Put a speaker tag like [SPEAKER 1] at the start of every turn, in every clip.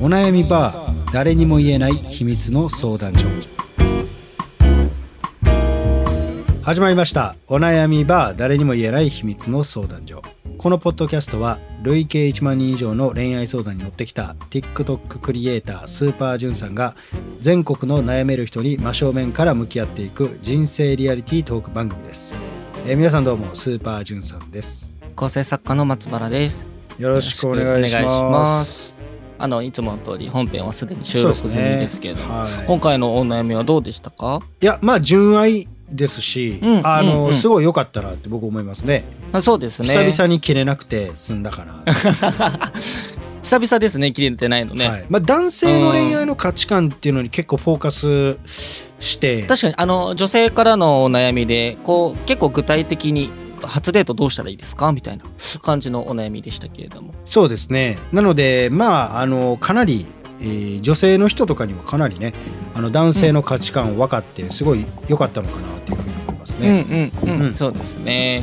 [SPEAKER 1] お悩みバー誰にも言えない秘密の相談所始まりましたお悩みバー誰にも言えない秘密の相談所このポッドキャストは累計1万人以上の恋愛相談に乗ってきた TikTok クリエイタースーパージュンさんが全国の悩める人に真正面から向き合っていく人生リアリティートーク番組です、えー皆さんどうもスーパージュンさんです
[SPEAKER 2] 構成作家の松原です
[SPEAKER 1] よろしくお願いし
[SPEAKER 2] よろしく
[SPEAKER 1] ま
[SPEAKER 2] お願いしますあのいつもの通り本編はすでに収録済みですけれど、も、
[SPEAKER 1] はい
[SPEAKER 2] 今回のお悩みはどうでしたか
[SPEAKER 1] いやまあ純愛ですし、
[SPEAKER 2] うん
[SPEAKER 1] あの、
[SPEAKER 2] うんうん
[SPEAKER 1] すごい良かったなって僕思いますね
[SPEAKER 2] あそうですね
[SPEAKER 1] 久々に切れなくて済んだかな、
[SPEAKER 2] 久々ですね切れてないのね、
[SPEAKER 1] はいまあ、男性の恋愛の価値観っていうのに結構フォーカスして
[SPEAKER 2] 確かにあの女性からのお悩みでこう結構具体的に初デートどうしたらいいですかみたいな感じのお悩みでしたけれども
[SPEAKER 1] そうですねなのでまああのかなり、えー女性の人とかにはかなりねあの男性の価値観を分かってすごい良かったのかなっていうふうに思いますね、
[SPEAKER 2] うんうんうん、
[SPEAKER 1] うん
[SPEAKER 2] そうですね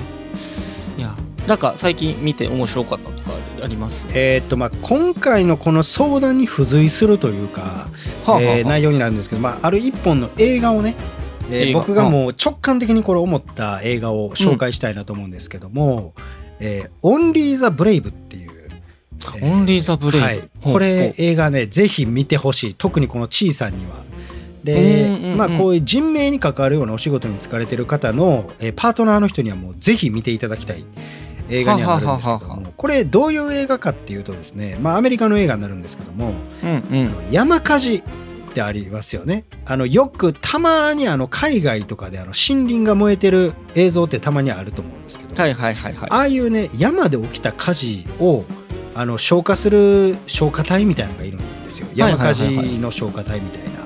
[SPEAKER 2] いやなんか最近見て面白かったとかあります
[SPEAKER 1] えーっとまあ、今回のこの相談に付随するというか、
[SPEAKER 2] はあはあ
[SPEAKER 1] えー内容になるんですけど、まあ、ある一本の映画をね、えー
[SPEAKER 2] 映画
[SPEAKER 1] 僕がもう直感的にこれ思った映画を紹介したいなと思うんですけども「えーオンリー・ザ・ブレイブ」っていう、え
[SPEAKER 2] オンリーザブレイブ、
[SPEAKER 1] はい、これ映画ねぜひ見てほしい特にこのちいさんには。で、
[SPEAKER 2] うんうんうん
[SPEAKER 1] まあ、こういう人命に関わるようなお仕事に疲れてる方の、えーパートナーの人にはもうぜひ見ていただきたい映画にはなるんですけ
[SPEAKER 2] は
[SPEAKER 1] ど
[SPEAKER 2] ははは
[SPEAKER 1] もこれどういう映画かっていうとですね、まあ、アメリカの映画になるんですけども
[SPEAKER 2] うんうん
[SPEAKER 1] 山火事ってありますよねあのよくたまにあの海外とかであの森林が燃えてる映像ってたまにあると思うんですけど、
[SPEAKER 2] はいはいはいはい
[SPEAKER 1] ああいうね山で起きた火事をあの消火する消火隊みたいなのがいるんですよ
[SPEAKER 2] はい
[SPEAKER 1] 山
[SPEAKER 2] はいは
[SPEAKER 1] 火
[SPEAKER 2] いはい
[SPEAKER 1] 事の消火隊みたいな。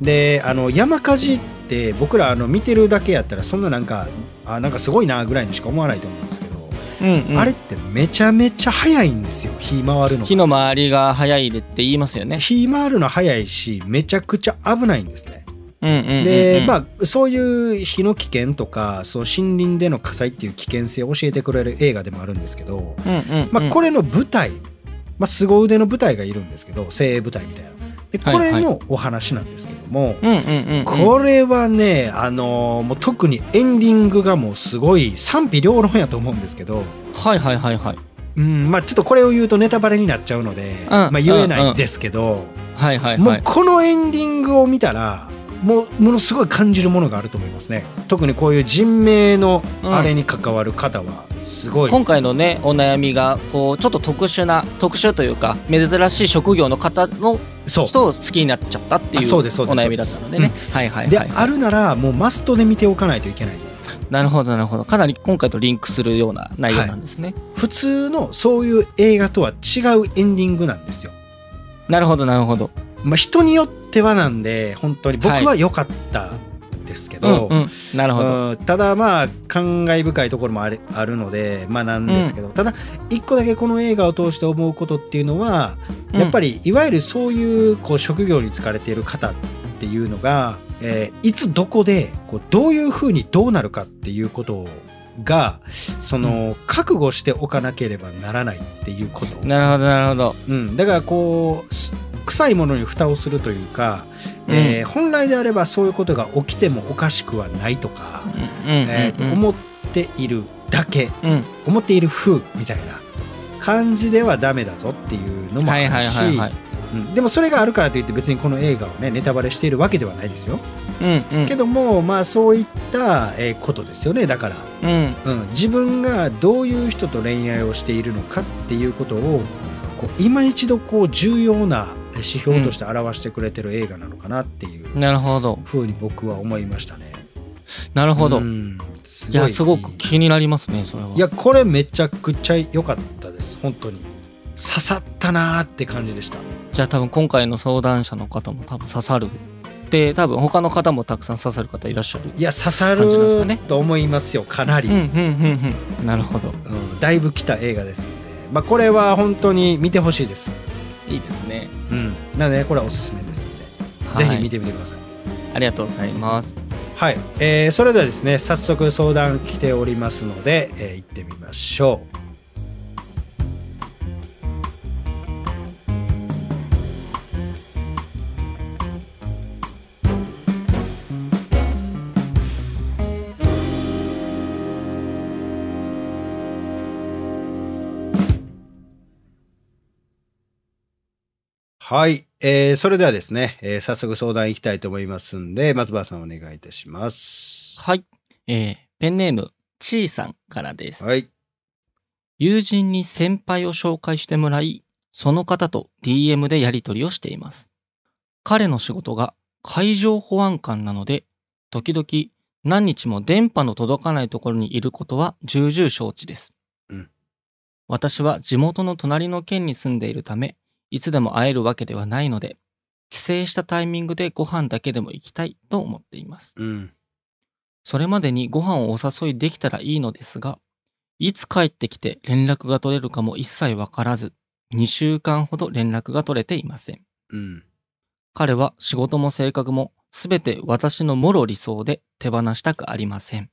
[SPEAKER 1] であの山火事って僕らあの見てるだけやったらそんななんかあなんかすごいなぐらいにしか思わないと思うんですけど、
[SPEAKER 2] うんうん
[SPEAKER 1] あれってめちゃめちゃ早いんですよ火回るの
[SPEAKER 2] 火の回りが早いでって言いますよね。
[SPEAKER 1] 火回るの早いしめちゃくちゃ危ないんですね。
[SPEAKER 2] うんうんうんうん
[SPEAKER 1] で、まあ、そういう火の危険とかその森林での火災っていう危険性を教えてくれる映画でもあるんですけど、
[SPEAKER 2] うんうんうん
[SPEAKER 1] まあ、これの舞台、まあ、凄腕の舞台がいるんですけど精鋭舞台みたいなでこ
[SPEAKER 2] は
[SPEAKER 1] れ
[SPEAKER 2] いはい
[SPEAKER 1] のお話なんですけども、
[SPEAKER 2] うんうんうんうん
[SPEAKER 1] これはね、あのーもう特にエンディングがもうすごい賛否両論やと思うんですけど、
[SPEAKER 2] はいはいはいはい
[SPEAKER 1] うんまあ、ちょっとこれを言うとネタバレになっちゃうので、
[SPEAKER 2] ん
[SPEAKER 1] まあ、言えな
[SPEAKER 2] うん
[SPEAKER 1] い
[SPEAKER 2] うんん
[SPEAKER 1] ですけど、
[SPEAKER 2] はいはい
[SPEAKER 1] も
[SPEAKER 2] は
[SPEAKER 1] う
[SPEAKER 2] い。
[SPEAKER 1] このエンディングを見たらもうものすごい感じるものがあると思いますね特にこういう人命のあれに関わる方はすごい、
[SPEAKER 2] 今回のねお悩みがこうちょっと特殊な特殊というか珍しい職業の方の
[SPEAKER 1] そう
[SPEAKER 2] 人を好きになっちゃったって
[SPEAKER 1] あ
[SPEAKER 2] いう
[SPEAKER 1] そ
[SPEAKER 2] お
[SPEAKER 1] うですそうです
[SPEAKER 2] 悩みだったのでね。はいはい
[SPEAKER 1] で、
[SPEAKER 2] はいは
[SPEAKER 1] あるならもうマストで見ておかないといけない
[SPEAKER 2] い。なるほどなるほどかなり今回とリンクするような内容なんですね。
[SPEAKER 1] 普通のそういう映画とは違うエンディングなんですよ、
[SPEAKER 2] なるほどなるほど。
[SPEAKER 1] まあ、人によってはなんで本当に僕
[SPEAKER 2] はい
[SPEAKER 1] は良かったですけ
[SPEAKER 2] うん
[SPEAKER 1] ど、
[SPEAKER 2] うんなるほど。
[SPEAKER 1] うんただまあ感慨深いところもあるあるのでまあなんですけど、ただ一個だけこの映画を通して思うことっていうのはやっぱ
[SPEAKER 2] り
[SPEAKER 1] りいわゆるそういうこう職業に疲れている方っていうのが、えーいつどこでこうどういうふうにどうなるかっていうことがその、覚悟しておかなければならないっていうこと、
[SPEAKER 2] なるほどなるほど。
[SPEAKER 1] うん、だからこうす臭いものに蓋をするというか、えー本来であればそういうことが起きてもおかしくはないとか、
[SPEAKER 2] うんうんうんうん
[SPEAKER 1] えーと思っているだけ
[SPEAKER 2] うん
[SPEAKER 1] 思っている風みたいな感じではダメだぞっていうのもあ
[SPEAKER 2] はい
[SPEAKER 1] る
[SPEAKER 2] はいはいはい
[SPEAKER 1] し。うんでもそれがあるからといって別にこの映画をねネタバレしているわけではないですよ、
[SPEAKER 2] うんうん
[SPEAKER 1] けどもまあそういったえーことですよねだから、
[SPEAKER 2] うん
[SPEAKER 1] うん、自分がどういう人と恋愛をしているのかっていうことをこう今一度こう重要な指標として表してくれてる映画なのかなっていう
[SPEAKER 2] なるほど
[SPEAKER 1] ふうに僕は思いましたね。
[SPEAKER 2] なるほど、
[SPEAKER 1] うんす
[SPEAKER 2] いやすごく気になりますねそれはい
[SPEAKER 1] やこれめちゃくちゃ良かったです本当に刺さったなーって感じでした
[SPEAKER 2] じゃあ多分今回の相談者の方も多分刺さるで多分他の方もたくさん刺さる方いらっしゃる
[SPEAKER 1] いや刺さる
[SPEAKER 2] 感じなんですかね
[SPEAKER 1] と思いますよかなり、
[SPEAKER 2] うんうんうんうんなるほど
[SPEAKER 1] うんだいぶ来た映画ですので、まあ、これは本当に見てほしいです、
[SPEAKER 2] いいですね、
[SPEAKER 1] うん、なのでこれはおすすめですので、ぜひ見てみてください
[SPEAKER 2] ありがとうございます
[SPEAKER 1] はい、えーそれではですね早速相談来ておりますので、えー行ってみましょうはい。えー、それではですね、えー早速相談いきたいと思いますんで、松原さんお願いいたします。
[SPEAKER 2] はい。えーペンネーム、ちーさんからです。
[SPEAKER 1] はい。
[SPEAKER 2] 友人に先輩を紹介してもらい、その方と DM でやり取りをしています。彼の仕事が海上保安官なので、時々何日も電波の届かないところにいることは重々承知です。
[SPEAKER 1] うん
[SPEAKER 2] 私は地元の隣の県に住んでいるため、いつでも会えるわけではないので、帰省したタイミングでご飯だけでも行きたいと思っています。
[SPEAKER 1] うん。
[SPEAKER 2] それまでにご飯をお誘いできたらいいのですが、いつ帰ってきて連絡が取れるかも一切わからず、2週間ほど連絡が取れていません。
[SPEAKER 1] うん。
[SPEAKER 2] 彼は仕事も性格も全て私のもろ理想で手放したくありません。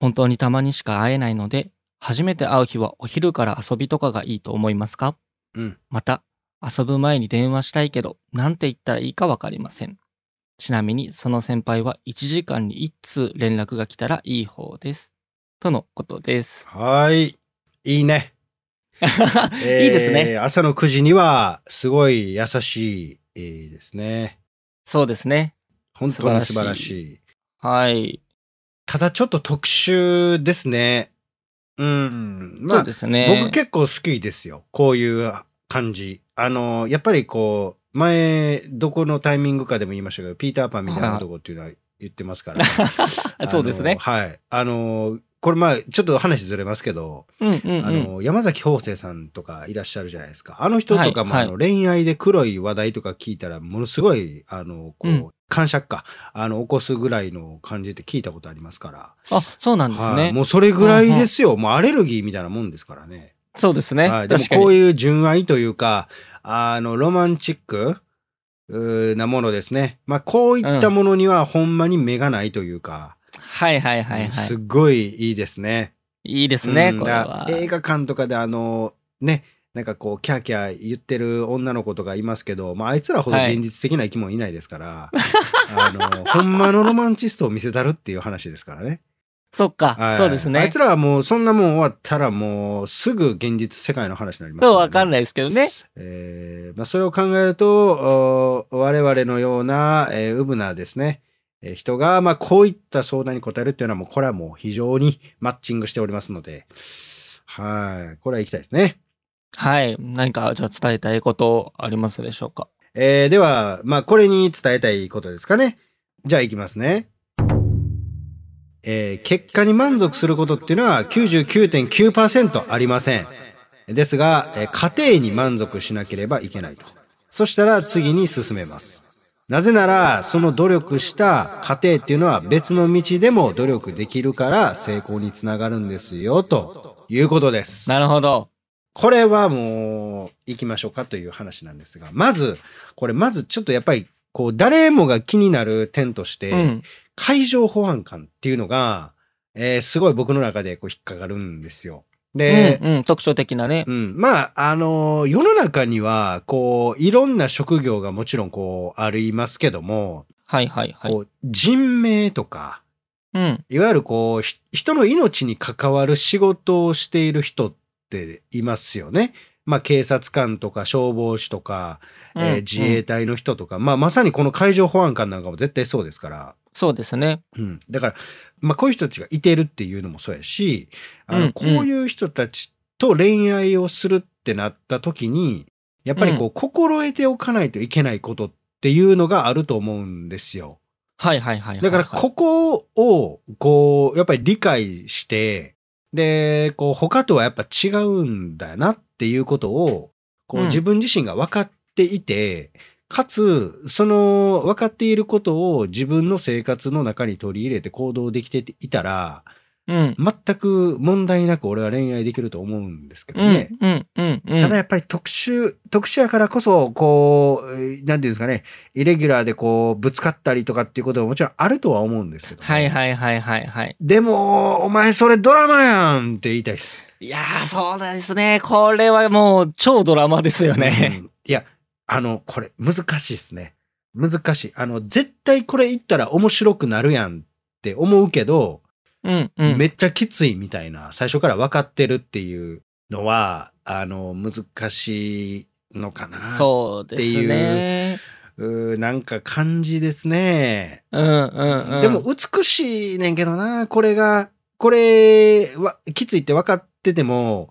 [SPEAKER 2] 本当にたまにしか会えないので、初めて会う日はお昼から遊びとかがいいと思いますか
[SPEAKER 1] うん。
[SPEAKER 2] また、遊ぶ前に電話したいけど、なんて言ったらいいかわかりません。ちなみに、その先輩は1時間に1通連絡が来たらいい方です。とのこと です。
[SPEAKER 1] はい。いいね。えー
[SPEAKER 2] いいですね。。
[SPEAKER 1] 朝の9時には、すごい優しい、えーですね。
[SPEAKER 2] そうですね。
[SPEAKER 1] 本当に素
[SPEAKER 2] 素
[SPEAKER 1] 晴
[SPEAKER 2] 晴
[SPEAKER 1] ら
[SPEAKER 2] ら
[SPEAKER 1] し
[SPEAKER 2] しい
[SPEAKER 1] い。
[SPEAKER 2] はい。
[SPEAKER 1] ただちょっと特殊ですね。うん。ま
[SPEAKER 2] そう
[SPEAKER 1] あ、
[SPEAKER 2] ですね。
[SPEAKER 1] 僕結構好きですよ。こういう感じ。あの、やっぱりこう、前、どこのタイミングかでも言いましたけど、ピーターパンみたいな男っていうのは言ってますから。
[SPEAKER 2] あ そうです
[SPEAKER 1] あの
[SPEAKER 2] ね。
[SPEAKER 1] はい。あの、これまあ、ちょっと話ずれますけど、
[SPEAKER 2] うんうん、うん。
[SPEAKER 1] あの、山崎邦生さんとかいらっしゃるじゃないですか。あの人とかも、
[SPEAKER 2] はい
[SPEAKER 1] あの恋愛で黒い話題とか聞いたら、ものすごい、あの、こう、
[SPEAKER 2] うん
[SPEAKER 1] 感触か、あの、起こすぐらいの感じって聞いたことありますから。
[SPEAKER 2] あ、そうなんです
[SPEAKER 1] はい、
[SPEAKER 2] ね。
[SPEAKER 1] もうそれぐらいですよ。もうアレルギーみたいなもんですからね。
[SPEAKER 2] そうですね。
[SPEAKER 1] はい、でも
[SPEAKER 2] 確か
[SPEAKER 1] こう
[SPEAKER 2] に。
[SPEAKER 1] いう純愛というか、あの、ロマンチックうーなものですね。まあ、こういったものにはほんまに目がないというか、
[SPEAKER 2] はいはいはいは
[SPEAKER 1] すっごいいいですね。
[SPEAKER 2] い。いいですね、
[SPEAKER 1] うん
[SPEAKER 2] これ
[SPEAKER 1] だか
[SPEAKER 2] は
[SPEAKER 1] ら。映画館とかであのねなんかこうキャーキャー言ってる女の子とかいますけど、まあ、あいつらほど
[SPEAKER 2] はい
[SPEAKER 1] 現実的な生き物いないですから、あの ほんまのロマンチストを見せたるっていう話ですからね、
[SPEAKER 2] そっか、
[SPEAKER 1] はい
[SPEAKER 2] そうです
[SPEAKER 1] あ
[SPEAKER 2] ね
[SPEAKER 1] いつ。らはもうそんなもん終わったらもうすぐ現実世界の話になります
[SPEAKER 2] そうわかん
[SPEAKER 1] い、
[SPEAKER 2] ないですけどね。
[SPEAKER 1] えーまあ、それを考えるとお我々のような、えー、ウブなですねえー人が、まあ、こういった相談に答えるっていうのは、もう、これはもう非常にマッチングしておりますので、はい、これは行きたいですね。
[SPEAKER 2] はい。何か、じゃあ伝えたいことありますでしょうか。
[SPEAKER 1] えーでは、まあ、これに伝えたいことですかね。じゃあ、いきますね。えー結果に満足することっていうのは99.9%ありません。ですが、えー家庭に満足しなければいけないと。そしたら次に進めます。なぜなら、その努力した過程っていうのは別の道でも努力できるから成功につながるんですよ、ということです。
[SPEAKER 2] なるほど。
[SPEAKER 1] これはもう、行きましょうかという話なんですが、まず、これ、まずちょっとやっぱり、こう、誰もが気になる点として、
[SPEAKER 2] うん。
[SPEAKER 1] 海上保安官っていうのが、えーすごい僕の中でこう引っかかるんですよ。で、
[SPEAKER 2] うんうん、特徴的なね。
[SPEAKER 1] うんまあ、あの世の中には、こう、いろんな職業がもちろん、こう、ありますけども、
[SPEAKER 2] はいはいはい。
[SPEAKER 1] こう、人命とか、
[SPEAKER 2] うん。
[SPEAKER 1] いわゆるこう、ひ人の命に関わる仕事をしている人っていますよね。まあ、警察官とか消防士とか、えー
[SPEAKER 2] うん
[SPEAKER 1] 自衛
[SPEAKER 2] うん
[SPEAKER 1] 隊の人とか、まあ、まさにこの海上保安官なんかも絶対そうですから。
[SPEAKER 2] そうですね。
[SPEAKER 1] うん、だから、まあ、こういう人たちがいてるっていうのもそうやし、あの
[SPEAKER 2] うん
[SPEAKER 1] こういう人たちと恋愛をするってなった時に、やっぱりこう、心得ておかないといけないことっていうのがあると思うんですよ。
[SPEAKER 2] はいはいはいはいは
[SPEAKER 1] だ
[SPEAKER 2] い。
[SPEAKER 1] からここをこうやっぱり理解してでこう他とはやっぱ違うんだなっていうことをこう
[SPEAKER 2] うん
[SPEAKER 1] 自分自身が分かっていて、かつその分かっていることを自分の生活の中に取り入れて行動できていたら
[SPEAKER 2] うん。
[SPEAKER 1] 全く問題なく俺は恋愛できると思うんですけど
[SPEAKER 2] う
[SPEAKER 1] ね。
[SPEAKER 2] ん。うん。うん。うん。
[SPEAKER 1] ただやっぱり特殊、特殊やからこそ、こう、えーなんていうんですかね、イレギュラーでこう、ぶつかったりとかっていうことももちろんあるとは思うんですけど、
[SPEAKER 2] はいはいはいはいはい。
[SPEAKER 1] でも、お前それドラマやんって言いたいです。
[SPEAKER 2] いやー、そうですね。これはもう超ドラマですよね。
[SPEAKER 1] うんいや、あの、これ難しいですね。難しい。あの、絶対これ言ったら面白くなるやんって思うけど、
[SPEAKER 2] うん。うん。
[SPEAKER 1] めっちゃきついみたいな、最初から分かってるっていうのは、あの、難しのかな
[SPEAKER 2] そうですね。
[SPEAKER 1] うーなんか感じですね、
[SPEAKER 2] うんうんうん。
[SPEAKER 1] でも美しいねんけどなこれがこれはきついって分かってても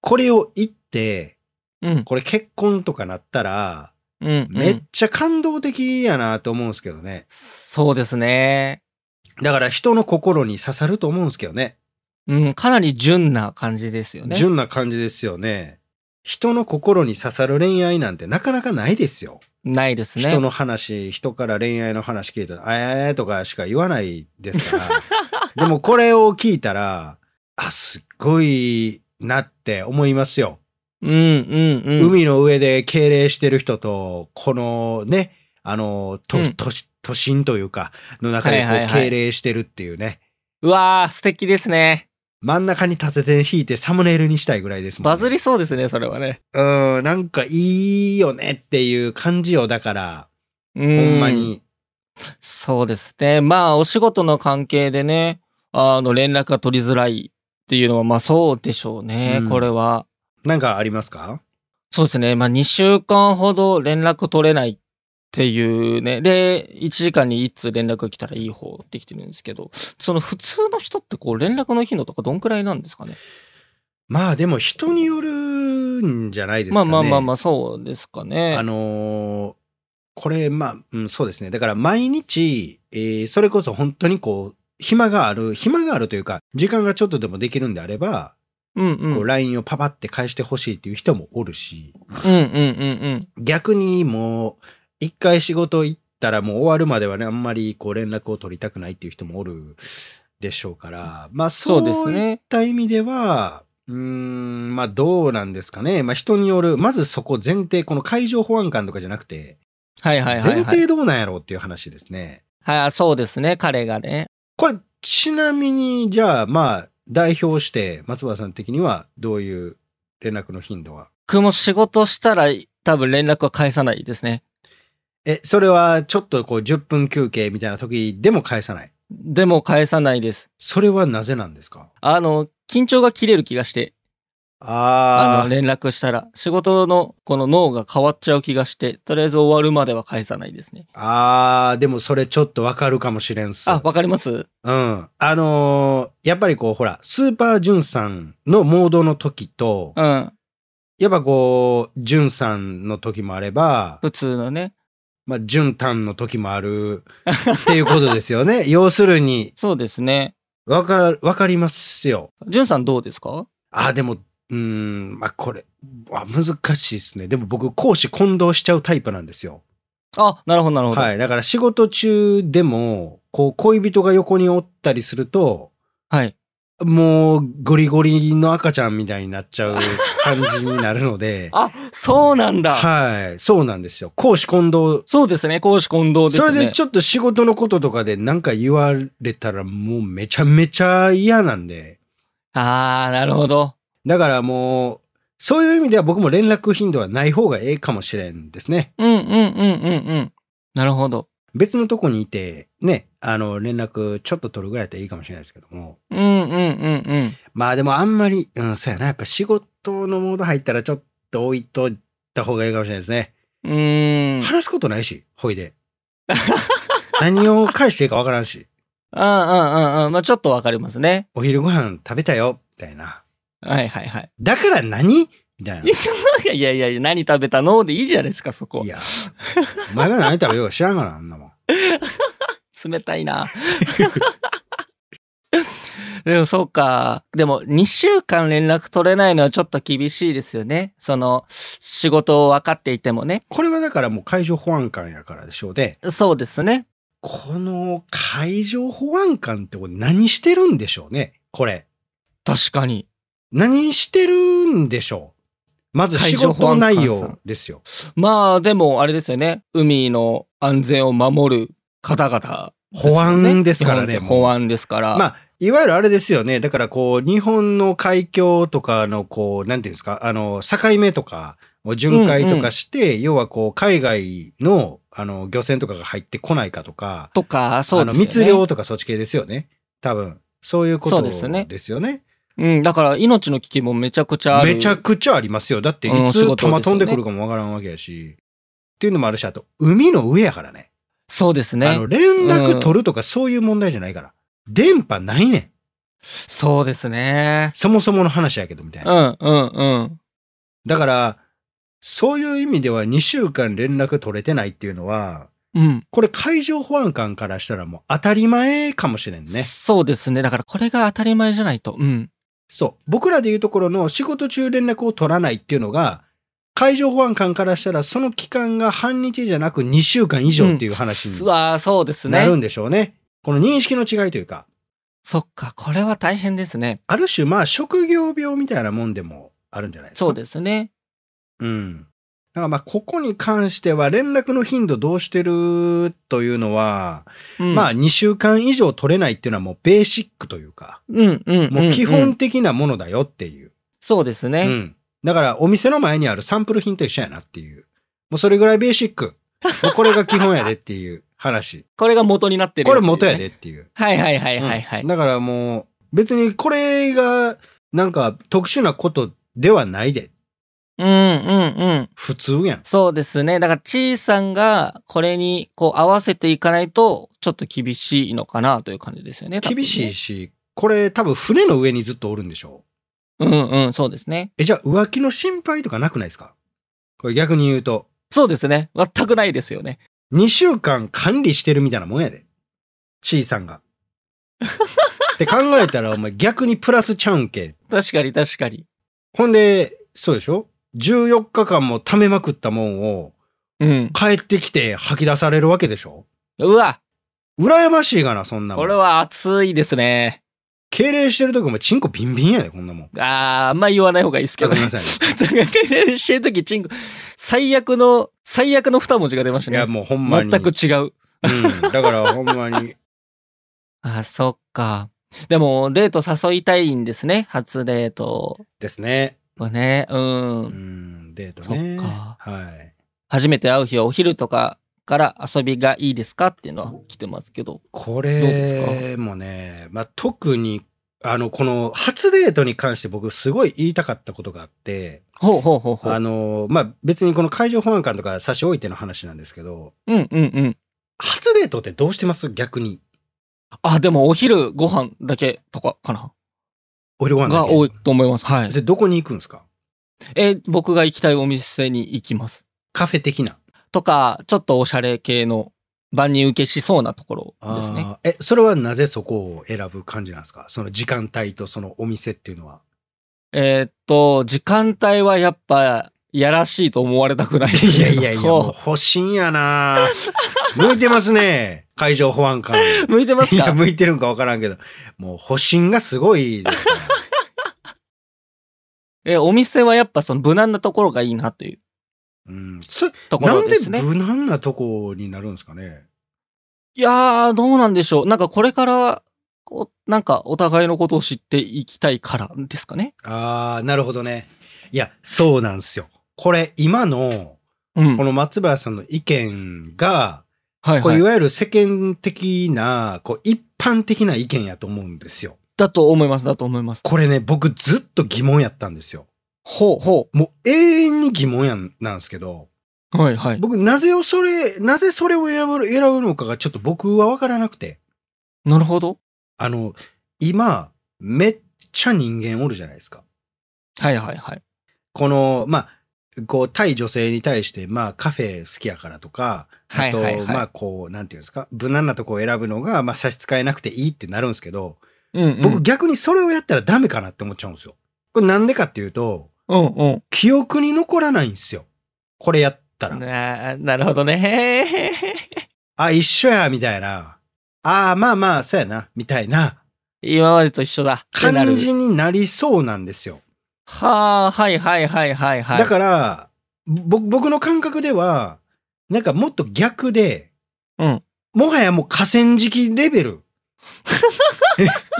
[SPEAKER 1] これを言って
[SPEAKER 2] うん、
[SPEAKER 1] これ結婚とかなったら
[SPEAKER 2] うん、うん。
[SPEAKER 1] めっちゃ感動的やなと思うんですけどね
[SPEAKER 2] そうですね。
[SPEAKER 1] だから人の心に刺さると思うんですけどね
[SPEAKER 2] うん、かなり純な感じですよね。
[SPEAKER 1] 純な感じですよね人の心に刺さる恋愛なんてなかなかないですよ
[SPEAKER 2] ないですね。
[SPEAKER 1] 人の話、人から恋愛の話聞いたら、あえーとかしか言わないです から。でもこれを聞いたら、あ、すっごいなって思いますよ。
[SPEAKER 2] うんうんうん。
[SPEAKER 1] 海の上で敬礼してる人と、このね、あの、と、
[SPEAKER 2] うん
[SPEAKER 1] 都市都心というか、の中でこ
[SPEAKER 2] はいはいうはい
[SPEAKER 1] 敬礼してるっていうね。
[SPEAKER 2] うわー、素敵ですね。
[SPEAKER 1] 真ん中に立てて引いてサムネイルにしたいぐらいですもん、ね。
[SPEAKER 2] バズりそうですね、それはね。
[SPEAKER 1] うん、なんかいいよねっていう感じよ。だから、
[SPEAKER 2] ほ
[SPEAKER 1] ほんま。に。
[SPEAKER 2] そうですね。まあ、お仕事の関係でね、あの、連絡が取りづらいっていうのは、まあ、そうでしょうね、
[SPEAKER 1] うん
[SPEAKER 2] これは。
[SPEAKER 1] なんかありますか
[SPEAKER 2] そうですね。まあ、2週間ほど連絡取れないっていうね。で、1時間に1通連絡が来たらいい方できてるんですけど、その普通の人ってこう、連絡の頻度とかどんくらいなんですかね。
[SPEAKER 1] まあでも人によるんじゃないですか
[SPEAKER 2] まあ
[SPEAKER 1] ね。
[SPEAKER 2] まあまあまあ、そうですかね。
[SPEAKER 1] あのーこれまあ、うん、そうですね。だから毎日、えーそれこそ本当にこう、暇がある、暇があるというか、時間がちょっとでもできるんであれば、
[SPEAKER 2] うんうん。
[SPEAKER 1] こ
[SPEAKER 2] う
[SPEAKER 1] うん LINE をパパって返してほしいっていう人もおるし、
[SPEAKER 2] うんうんうん。
[SPEAKER 1] 逆にもう、一回仕事行ったらもう終わるまではね、あんまりこう連絡を取りたくないっていう人もおるでしょうから、まあそ
[SPEAKER 2] そううで
[SPEAKER 1] ですすね。
[SPEAKER 2] ね。
[SPEAKER 1] そういった意味では、うーん、まあどうなんですかね。まあ人による、まずそこ前提、この海上保安官とかじゃなくて、
[SPEAKER 2] はいはいはい、
[SPEAKER 1] 前
[SPEAKER 2] はい。
[SPEAKER 1] 提どうなんやろうっていう話ですね。
[SPEAKER 2] はい、そうですね、彼がね。
[SPEAKER 1] これ、ちなみに、じゃあまあ代表して松原さん的にはどういう連絡の頻度は
[SPEAKER 2] 僕も仕事したら多分連絡は返さないですね。
[SPEAKER 1] え、それはちょっとこう10分休憩みたいな時でも返さない。
[SPEAKER 2] でも返さないです。
[SPEAKER 1] それはなぜなんですか
[SPEAKER 2] あの、緊張が切れる気がして、あ
[SPEAKER 1] あ
[SPEAKER 2] の、
[SPEAKER 1] ー、
[SPEAKER 2] 連絡したら、仕事のこの脳が変わっちゃう気がして、とりあえず終わるまでは返さないですね。
[SPEAKER 1] あーでもそれちょっとわかるかもしれんっす。
[SPEAKER 2] あ、わかります
[SPEAKER 1] うん。あのーやっぱりこう、ほら、スーパージュンさんのモードの時と
[SPEAKER 2] う、ん。
[SPEAKER 1] やっぱこう、ジュンさんの時もあれば、
[SPEAKER 2] 普通のね。
[SPEAKER 1] まあ、ジュンタンの時もあるっていうことですよ ね。要するに、
[SPEAKER 2] そうですね。
[SPEAKER 1] わか、わかりますよ。
[SPEAKER 2] じゅんさんどうですか
[SPEAKER 1] あ、でも、うーん、まあ、これ、あ難しいですね。でも僕、講師混同しちゃうタイプなんですよ。
[SPEAKER 2] あ、なるほど、なるほど。は。、
[SPEAKER 1] はいい。だから仕事中でも、こう、恋人が横におったりすると、もうゴリゴリの赤ちゃんみたいになっちゃう感じになるので
[SPEAKER 2] あ、そうなんだ。
[SPEAKER 1] はい、そうなんですよ。公私混同。
[SPEAKER 2] そうですね、公私混同です
[SPEAKER 1] そ
[SPEAKER 2] ね。
[SPEAKER 1] れでちょっと仕事のこととかで何か言われたらもうめちゃめちゃ嫌なんで、
[SPEAKER 2] あー、なるほど。
[SPEAKER 1] だからもう、そういう意味では僕も連絡頻度はない方がええかもしれんですね。
[SPEAKER 2] うんうんうんうんうん。なるほど。
[SPEAKER 1] 別のとこにいて、ね、あの、連絡ちょっと取るぐらいだったらいいかもしれないですけども。
[SPEAKER 2] うんうんうんうん。
[SPEAKER 1] まあでもあんまり、うん、そうやな。やっぱ仕事のモード入ったらちょっと置いといた方がいいかもしれないですね。
[SPEAKER 2] うーん。うん
[SPEAKER 1] 話すことないし、ほいで。 何を返していいかわからんし、
[SPEAKER 2] うんうんうん。まあちょっとわかりますね。
[SPEAKER 1] お昼ご飯食べたよ、みたいな。
[SPEAKER 2] はいはいはい。
[SPEAKER 1] だから何みたいな。い
[SPEAKER 2] いやいやいや、何食べたのでいいじゃないですか、そこ。
[SPEAKER 1] や、お前が何食べようか知らんから、あんなもん。
[SPEAKER 2] 冷たいな。 でもそうか。でも2週間連絡取れないのはちょっと厳しいですよね。その仕事を分かっていてもね。
[SPEAKER 1] これはだからもう海上保安官やからでしょうで、
[SPEAKER 2] そうですね。
[SPEAKER 1] この海上保安官ってこれ何してるんでしょうね、これ。
[SPEAKER 2] 確かに。
[SPEAKER 1] 何してるんでしょうまず仕事内
[SPEAKER 2] 海上保安官さ
[SPEAKER 1] 容
[SPEAKER 2] ん
[SPEAKER 1] ですよ。
[SPEAKER 2] まあでもあれですよね。海の安全を守る方々です
[SPEAKER 1] 保
[SPEAKER 2] よね、
[SPEAKER 1] 安ですからね
[SPEAKER 2] 日本って保安ですから。
[SPEAKER 1] まあ、いわゆるあれですよね。だからこう、日本の海峡とかのこう、なんていうんですか、あの、境目とか、巡回とかして、要はこう、海外の、あの、漁船とかが入ってこないかとか、
[SPEAKER 2] とか、そう
[SPEAKER 1] あ
[SPEAKER 2] で
[SPEAKER 1] の、
[SPEAKER 2] すよね。
[SPEAKER 1] 密漁とかそっち系ですよね。多分、そういうこ
[SPEAKER 2] そ
[SPEAKER 1] と
[SPEAKER 2] う
[SPEAKER 1] で
[SPEAKER 2] ですす
[SPEAKER 1] よ
[SPEAKER 2] ね
[SPEAKER 1] ね。
[SPEAKER 2] うん、だから命の危機もめちゃくちゃある。
[SPEAKER 1] めちゃくちゃありますよ。だってい
[SPEAKER 2] うん仕事ですよ
[SPEAKER 1] つ
[SPEAKER 2] ね
[SPEAKER 1] 弾飛んでくるかもわからんわけやし。っていうのもあるし、あと、海の上やからね。
[SPEAKER 2] そうです
[SPEAKER 1] あ
[SPEAKER 2] ね
[SPEAKER 1] の、。連絡取るとかそういう問題じゃないから。電波ないねん。
[SPEAKER 2] そうですね。
[SPEAKER 1] そもそもの話やけど、みたいうな。
[SPEAKER 2] ん、うん、うん。
[SPEAKER 1] だから、そういう意味では2週間連絡取れてないっていうのは、
[SPEAKER 2] うん、
[SPEAKER 1] これ海上保安官からしたらもう当たり前かもしれんね。
[SPEAKER 2] そうですね。だからこれが当たり前じゃないと。うん。
[SPEAKER 1] そう。僕らでいうところの仕事中連絡を取らないっていうのが、海上保安官からしたらその期間が半日じゃなく2週間以上っていう話
[SPEAKER 2] うん
[SPEAKER 1] に
[SPEAKER 2] うわーそうです
[SPEAKER 1] な
[SPEAKER 2] ね
[SPEAKER 1] る。んでしょうね。この認識の違いというか、
[SPEAKER 2] そっか、これは大変ですね。
[SPEAKER 1] ある種まあ職業病みたいなもんでもあるんじゃないですか。
[SPEAKER 2] そうですね。
[SPEAKER 1] うん。だからまあここに関しては連絡の頻度どうしてるというのは、
[SPEAKER 2] うん、
[SPEAKER 1] まあ2週間以上取れないっていうのはもうベーシックというか、
[SPEAKER 2] うん、うん、うん。
[SPEAKER 1] もう基
[SPEAKER 2] うん
[SPEAKER 1] 本的なものだよっていう。
[SPEAKER 2] そうですね。
[SPEAKER 1] うん。だからお店の前にあるサンプル品と一緒やなっていう。もうそれぐらいベーシック。もうこれが基本やでっていう 話。
[SPEAKER 2] これが元になってる、
[SPEAKER 1] これ元や。でっていう。
[SPEAKER 2] はいはいはいはいはい。
[SPEAKER 1] うんだからもう別にこれがなんか特殊なことではないで。
[SPEAKER 2] うん、うん、うん。
[SPEAKER 1] 普通やん。
[SPEAKER 2] そうですね。だから、ちいさんが、これに、こう、合わせていかないと、ちょっと厳しいのかな、という感じですよね。多分ね
[SPEAKER 1] 厳しい。し、これ多分船の上にずっとおるんでしょ
[SPEAKER 2] うんうん、そうですね。
[SPEAKER 1] え、じゃあ浮気の心配とかなくないですかこれ逆に言うと、
[SPEAKER 2] そうですね。全くないですよね。
[SPEAKER 1] 2週間管理してるみたいなもんやで。ちいさ んが。って考えたらお前逆にプラスちゃうんけ。
[SPEAKER 2] 確かに確かに。
[SPEAKER 1] ほんで、そうでしょ ?14 日間も溜めまくったもんを
[SPEAKER 2] うん。
[SPEAKER 1] 帰ってきて吐き出されるわけでしょ
[SPEAKER 2] うわ、
[SPEAKER 1] 羨ましいがな、そんなもん。
[SPEAKER 2] これは熱いですね。
[SPEAKER 1] 敬礼してる時お前チンコビンビンやで、こんなもん。
[SPEAKER 2] あー、あんま言わない方がいいですけ
[SPEAKER 1] ご
[SPEAKER 2] ど
[SPEAKER 1] めん
[SPEAKER 2] ね
[SPEAKER 1] な。さいね。
[SPEAKER 2] してるとき、チンコ、最悪の、最悪の二文字が出まし
[SPEAKER 1] いや、
[SPEAKER 2] たね。
[SPEAKER 1] もうほんまに。
[SPEAKER 2] 全く違う。
[SPEAKER 1] うん。だからほんまに。
[SPEAKER 2] あ、そっか。でも、デート誘いたいんですね。初デート
[SPEAKER 1] ですね。
[SPEAKER 2] はね。 う。
[SPEAKER 1] うんん、デートね。
[SPEAKER 2] そっか
[SPEAKER 1] はい。
[SPEAKER 2] 初めて会う日はお昼とかから遊びがいいですかっていうのは来てますけど。
[SPEAKER 1] こ
[SPEAKER 2] どうで
[SPEAKER 1] れもね、まあ、特に、あの、この初デートに関して僕すごい言いたかったことがあって、
[SPEAKER 2] ほうほうほうほ
[SPEAKER 1] あ
[SPEAKER 2] う。
[SPEAKER 1] の、まあ、別にこの海上保安官とか差し置いての話なんですけど、
[SPEAKER 2] うんうんうん。
[SPEAKER 1] 初デートってどうしてます逆に。
[SPEAKER 2] あ、でもお昼ご飯だけとかかな
[SPEAKER 1] お色ご飯だ
[SPEAKER 2] が
[SPEAKER 1] け
[SPEAKER 2] 多いと思います。はい。
[SPEAKER 1] でどこに行くんですか
[SPEAKER 2] え、僕が行きたいお店に行きます。
[SPEAKER 1] カフェ的な。
[SPEAKER 2] とか、ちょっとおしゃれ系の万人受けしそうなところ
[SPEAKER 1] あー
[SPEAKER 2] ですね。
[SPEAKER 1] え、それはなぜそこを選ぶ感じなんですかその時間帯とそのお店っていうのは。
[SPEAKER 2] えーっと、時間帯はやっぱ、やらしいと思われたくないって
[SPEAKER 1] いや い
[SPEAKER 2] うのと。
[SPEAKER 1] やいや、もう保身やな向いてますね。海上保安官。
[SPEAKER 2] 向いてます
[SPEAKER 1] いや、
[SPEAKER 2] か
[SPEAKER 1] 向いてるんか分からんけど、もう保身がすごいです ね
[SPEAKER 2] え、お店はやっぱその無難なところがいいなという
[SPEAKER 1] うん、そ
[SPEAKER 2] とこ
[SPEAKER 1] な
[SPEAKER 2] ろ
[SPEAKER 1] ん
[SPEAKER 2] で
[SPEAKER 1] です
[SPEAKER 2] ね。
[SPEAKER 1] 無難なとこになるんですかね。
[SPEAKER 2] いやー、どうなんでしょう。なんかこれから、こうなんかお互いのことを知っていきたいからですかね。
[SPEAKER 1] ああ、なるほどね。いや、そうなんですよ。これ、今の、
[SPEAKER 2] うん。
[SPEAKER 1] こ
[SPEAKER 2] はい
[SPEAKER 1] の松原さんの意見が、こ
[SPEAKER 2] は
[SPEAKER 1] れ
[SPEAKER 2] い
[SPEAKER 1] い。わゆる世間的な、こう、一般的な意見やと思うんですよ。
[SPEAKER 2] だと思います、だと思います。
[SPEAKER 1] これね、僕ずっと疑問やったんですよ。
[SPEAKER 2] ほうほ
[SPEAKER 1] もう永遠に疑問やん、なんですけど、
[SPEAKER 2] う。はいはい。
[SPEAKER 1] 僕、なぜをそれ、なぜそれを選ぶ選ぶのかがちょっと僕は分からなくて。
[SPEAKER 2] なるほど。
[SPEAKER 1] あの、今、めっちゃ人間おるじゃないですか。
[SPEAKER 2] はいはいはい。
[SPEAKER 1] この、まあ、こう、対女性に対して、まあ、カフェ好きやからとか、
[SPEAKER 2] は
[SPEAKER 1] あ
[SPEAKER 2] い
[SPEAKER 1] と、
[SPEAKER 2] はいはい
[SPEAKER 1] まあ、こう、なんていうんですか、無難なとこを選ぶのが、まあ、差し支えなくていいってなるんですけど、
[SPEAKER 2] うん、うん。
[SPEAKER 1] 僕、逆にそれをやったらダメかなって思っちゃうんですよ。これなんでかっていうと、
[SPEAKER 2] うんうん。
[SPEAKER 1] 記憶に残らないんですよ。これやったら。
[SPEAKER 2] ななるほどね。
[SPEAKER 1] あ、一緒や、みたいな。ああ、まあまあ、そうやな、みたいな
[SPEAKER 2] 今までと一緒だ。ってなる
[SPEAKER 1] 感じになりそうなんですよ。
[SPEAKER 2] はあ、はいはいはいはいはい。
[SPEAKER 1] だから、ぼ僕の感覚では、なんかもっと逆で、
[SPEAKER 2] うん
[SPEAKER 1] もはやもう河川敷レベ ル。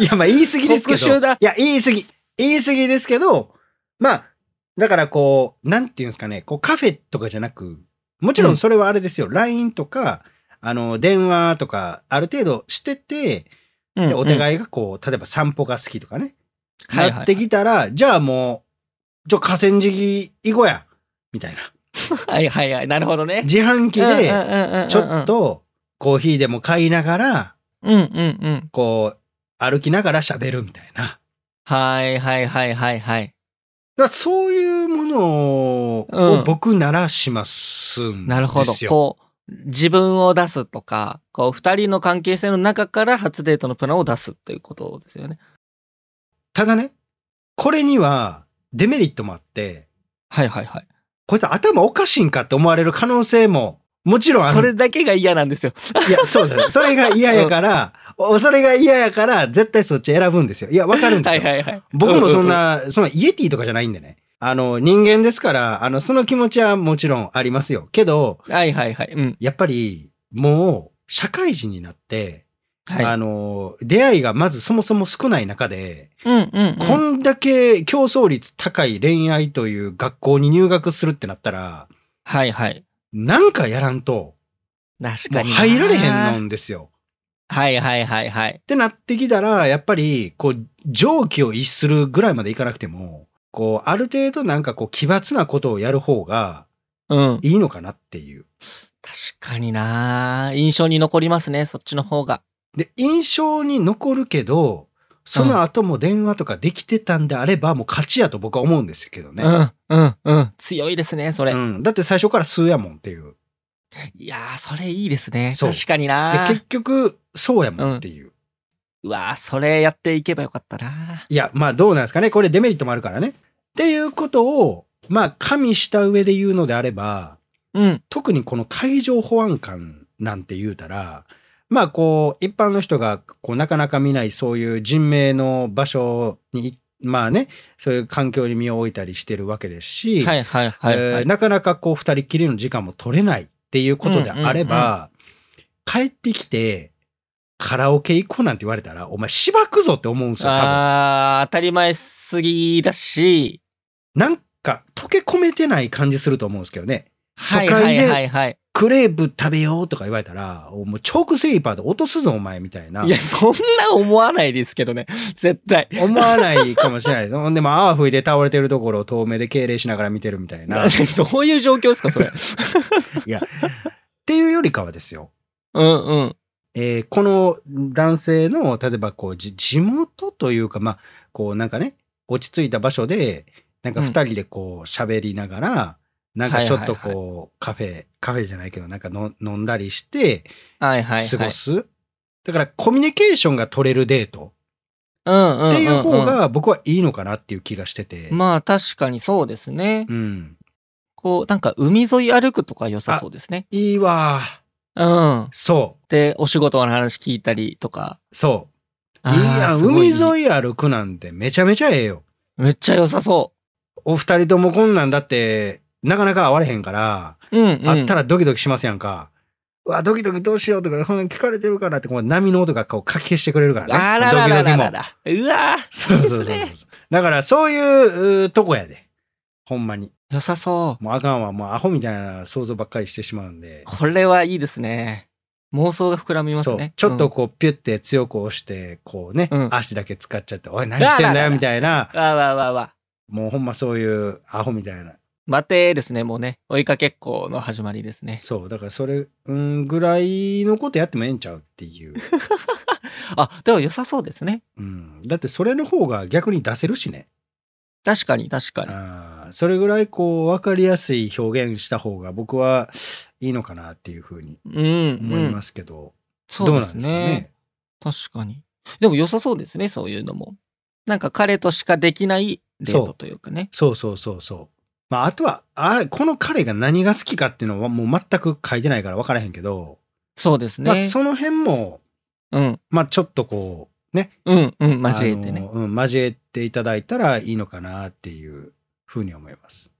[SPEAKER 1] いや、まあ言い過ぎですけど。
[SPEAKER 2] 特殊だ
[SPEAKER 1] いや、言い過ぎ。言い過ぎですけど、まあ、だからこう、なんていうんですかね、こうカフェとかじゃなく、もちろんそれはあれですよ、LINE とか、あの、電話とか、ある程度してて、
[SPEAKER 2] うんうん、
[SPEAKER 1] でお互いがこう、例えば散歩が好きとかね、
[SPEAKER 2] はいはいはい
[SPEAKER 1] なってきたら、じゃあもう、ちょ、河川敷行こうやみたいな。
[SPEAKER 2] はいはいはい。なるほどね。
[SPEAKER 1] 自販機
[SPEAKER 2] うんうん
[SPEAKER 1] で、
[SPEAKER 2] うんうん
[SPEAKER 1] ちょっ。と、コーヒーでも買いながら、
[SPEAKER 2] うんうんうん。
[SPEAKER 1] こう、歩きながら喋るみたいな。だか
[SPEAKER 2] はいはいはいはいはい。
[SPEAKER 1] らそういうもの
[SPEAKER 2] う
[SPEAKER 1] を
[SPEAKER 2] ん
[SPEAKER 1] 僕ならしますんですよ。
[SPEAKER 2] なるほど。こう、自分を出すとか、こう、二人の関係性の中から初デートのプランを出すっていうことですよね。
[SPEAKER 1] ただね、これにはデメリットもあって、
[SPEAKER 2] はいはいはい。
[SPEAKER 1] こいつ頭おかしいんかって思われる可能性も、もちろんある
[SPEAKER 2] それだけが嫌なんですよ。
[SPEAKER 1] いや、 そうだね。それが嫌やから、おそれが嫌やから、絶対そっち選ぶんですよ。いや、わかるんです
[SPEAKER 2] は
[SPEAKER 1] よ。
[SPEAKER 2] いはいはい。
[SPEAKER 1] 僕もそん
[SPEAKER 2] う
[SPEAKER 1] な、そのイエティとかじゃないんでね。あの、人間ですから、あの、その気持ちはもちろんありますよ。けど、
[SPEAKER 2] う。はいはいはい。うん。
[SPEAKER 1] やっぱり、もう、社会人になって、
[SPEAKER 2] はい。
[SPEAKER 1] あの、出会いがまずそもそも少ない中で、
[SPEAKER 2] うんうんうん。
[SPEAKER 1] こんだけ競争率高い恋愛という学校に入学するってなったら、
[SPEAKER 2] はいはい。
[SPEAKER 1] なんかやらんと、
[SPEAKER 2] 確
[SPEAKER 1] も
[SPEAKER 2] か
[SPEAKER 1] う
[SPEAKER 2] に。
[SPEAKER 1] 入られへんの。んですよ。
[SPEAKER 2] はいはいはいはい
[SPEAKER 1] っ。てなってきたら、やっぱり、こう、常軌を逸するぐらいまでいかなくても、こう、ある程度なんかこう、奇抜なことをやる方が
[SPEAKER 2] うん。
[SPEAKER 1] いいのかなっていう。
[SPEAKER 2] 確かにな印象に残りますね、そっちの方が。
[SPEAKER 1] で、印象に残るけど、その後も電話とかできてたんであれば、もう勝ちやと僕は思うんですけどね。
[SPEAKER 2] うん、うん、うん。強いですね、それ。
[SPEAKER 1] うん。だって最初から数やもんっていう。
[SPEAKER 2] いやー、それいいですね。
[SPEAKER 1] そう
[SPEAKER 2] 確かに
[SPEAKER 1] で
[SPEAKER 2] な
[SPEAKER 1] 結局、そうやもんっていう。
[SPEAKER 2] うわー、それやっていけばよかったない
[SPEAKER 1] や、まあどうなんですかね。これデメリットもあるからね。っていうことを、まあ、加味した上で言うのであれば、
[SPEAKER 2] うん。
[SPEAKER 1] 特にこの海上保安官なんて言うたらまあこう一般の人がこうなかなか見ないそういう人命の場所にまあねそういう環境に身を置いたりしてるわけですし、
[SPEAKER 2] はいはいはい、はい
[SPEAKER 1] えーなかなかこう二人きりの時間も取れないっていうことであれば、帰ってきてカラオケ行こうなんて言われたらお前しばくぞって思うんですよ多
[SPEAKER 2] あー当たり前すぎだし、
[SPEAKER 1] 分なんか溶け込めてない感じすると思うんですけどね
[SPEAKER 2] はい
[SPEAKER 1] 都
[SPEAKER 2] は
[SPEAKER 1] 会
[SPEAKER 2] い
[SPEAKER 1] で
[SPEAKER 2] はいはい。。
[SPEAKER 1] クレープ食べようとか言われたら、おもうチョークスリーパーで落とすぞお前みたいない
[SPEAKER 2] や、そんな思わないですけどね。絶対。
[SPEAKER 1] 思わないかもしれないです。ほんでも泡吹いて倒れてるところを遠目で敬礼しながら見てるみたいな。
[SPEAKER 2] な
[SPEAKER 1] っ
[SPEAKER 2] どういう状況ですか、それ。
[SPEAKER 1] ていうよりかはですよ。
[SPEAKER 2] うんうん。
[SPEAKER 1] えーこの男性の、例えばこう、じ地元というか、まあ、こうなんかね、落ち着いた場所で、なんか
[SPEAKER 2] うん
[SPEAKER 1] 二人でこう喋りながら、なんかちょっとこう、
[SPEAKER 2] はい
[SPEAKER 1] カフェ、カフェじゃないけど、なんかの飲んだりして
[SPEAKER 2] はい
[SPEAKER 1] 過
[SPEAKER 2] はい、は
[SPEAKER 1] ご
[SPEAKER 2] い。
[SPEAKER 1] す。だからコミュニケーションが取れるデート。
[SPEAKER 2] うんうんうんうん
[SPEAKER 1] っていう方が僕はいいのかなっていう気がしてて。
[SPEAKER 2] まあ確かにそうですね。
[SPEAKER 1] うん。
[SPEAKER 2] こう、なんか海沿い歩くとか良さそうですね。
[SPEAKER 1] いいわー。
[SPEAKER 2] うん。
[SPEAKER 1] そ
[SPEAKER 2] で、お仕事の話聞いたりとか。
[SPEAKER 1] う。そう。いいや
[SPEAKER 2] あ
[SPEAKER 1] ん。
[SPEAKER 2] ーすご
[SPEAKER 1] 海
[SPEAKER 2] い
[SPEAKER 1] 沿い歩くなんてめちゃめちゃええよ。
[SPEAKER 2] めっちゃ良さそ
[SPEAKER 1] お二人ともこんなんだって、なかなか会われへんから、
[SPEAKER 2] う。うん、うん。
[SPEAKER 1] 会った
[SPEAKER 2] ら。
[SPEAKER 1] らドキドキしますやんか。うわ、ドキドキどうしようとか、こんなん聞かれてるからって、こう波の音がこうかき消してくれるからね。
[SPEAKER 2] あららららら
[SPEAKER 1] ド
[SPEAKER 2] ら。うわー
[SPEAKER 1] キドキも。そうそうそう そう。だからそういううーとこやで。ほんまに。
[SPEAKER 2] 良さそ
[SPEAKER 1] もうあかんわ。もうアホみたいな想像ばっかりしてしまうんで
[SPEAKER 2] う。。これはいいですね。妄想が膨らみます
[SPEAKER 1] そう
[SPEAKER 2] ね。
[SPEAKER 1] ちょっ
[SPEAKER 2] う
[SPEAKER 1] と
[SPEAKER 2] ん
[SPEAKER 1] こう、ピュって強く押して、こうね、
[SPEAKER 2] うん
[SPEAKER 1] 足だけ使っちゃって、おい、何してんだよ、みたいな、
[SPEAKER 2] わわわわ。
[SPEAKER 1] もうほんまそういうアホみたいな。
[SPEAKER 2] 待てですね、もうね。追いかけっこの始まりですね。
[SPEAKER 1] そう、だからそれ、うん、ぐらいのことやってもええんちゃうって いう。
[SPEAKER 2] あ、でも良さそうですね。
[SPEAKER 1] うん。だってそれの方が逆に出せるしね。
[SPEAKER 2] 確かに、確かに。
[SPEAKER 1] あーそれぐらいこう、わかりやすい表現した方が僕はいいのかなっていうふうに
[SPEAKER 2] うん、うん。
[SPEAKER 1] 思いますけど、
[SPEAKER 2] そ
[SPEAKER 1] どう
[SPEAKER 2] う
[SPEAKER 1] な
[SPEAKER 2] で
[SPEAKER 1] んですすか
[SPEAKER 2] ね
[SPEAKER 1] ね。。
[SPEAKER 2] 確かに。でも良さそうですね、そういうのも。なんか彼としかできないデー
[SPEAKER 1] そ
[SPEAKER 2] ト
[SPEAKER 1] う
[SPEAKER 2] というかね。
[SPEAKER 1] そうそうそうそう。まあ、あとは、あれ、この彼が何が好きかっていうのはもう全く書いてないから分からへんけど、
[SPEAKER 2] そうですね。
[SPEAKER 1] まあ、その辺も、
[SPEAKER 2] うん。
[SPEAKER 1] まあ、ちょっとこう、ね。
[SPEAKER 2] うん、うん、交えて
[SPEAKER 1] あ
[SPEAKER 2] ね。
[SPEAKER 1] のうん、交えていただいたらいいのかなっていうふうに思います。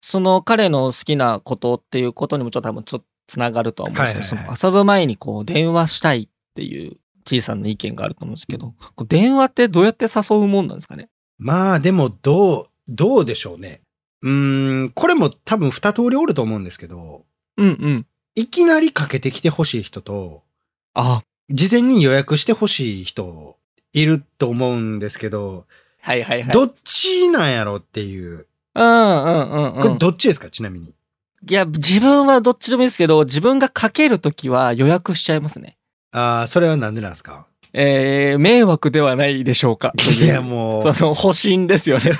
[SPEAKER 2] その彼の好きなことっていうことにもちょっと多分ちょっとつながるとは思うんですけど、
[SPEAKER 1] はいはいはい
[SPEAKER 2] その遊ぶ前にこう電話したいっていう小さな意見があると思うんですけど、こう電話ってどうやって誘うもんなんですかね
[SPEAKER 1] まあ、でも、どう、どうでしょうね。うーん、これも多分二通りおると思うんですけど、
[SPEAKER 2] うんうん。
[SPEAKER 1] いきなりかけてきてほしい人と、
[SPEAKER 2] あ、
[SPEAKER 1] 事前に予約してほしい人いると思うんですけど、
[SPEAKER 2] はいはいはい。
[SPEAKER 1] どっちなんやろっていう。
[SPEAKER 2] うんうんう
[SPEAKER 1] こ
[SPEAKER 2] んう
[SPEAKER 1] れ
[SPEAKER 2] ん。
[SPEAKER 1] どっちですか、ちなみに。
[SPEAKER 2] いや、自分はどっちでもいいですけど、自分がかけるときは予約しちゃいますね。
[SPEAKER 1] ああ、それはなんでなんですか
[SPEAKER 2] えー、迷惑ではないでしょうか。
[SPEAKER 1] いや、も
[SPEAKER 2] その、保身で すよね。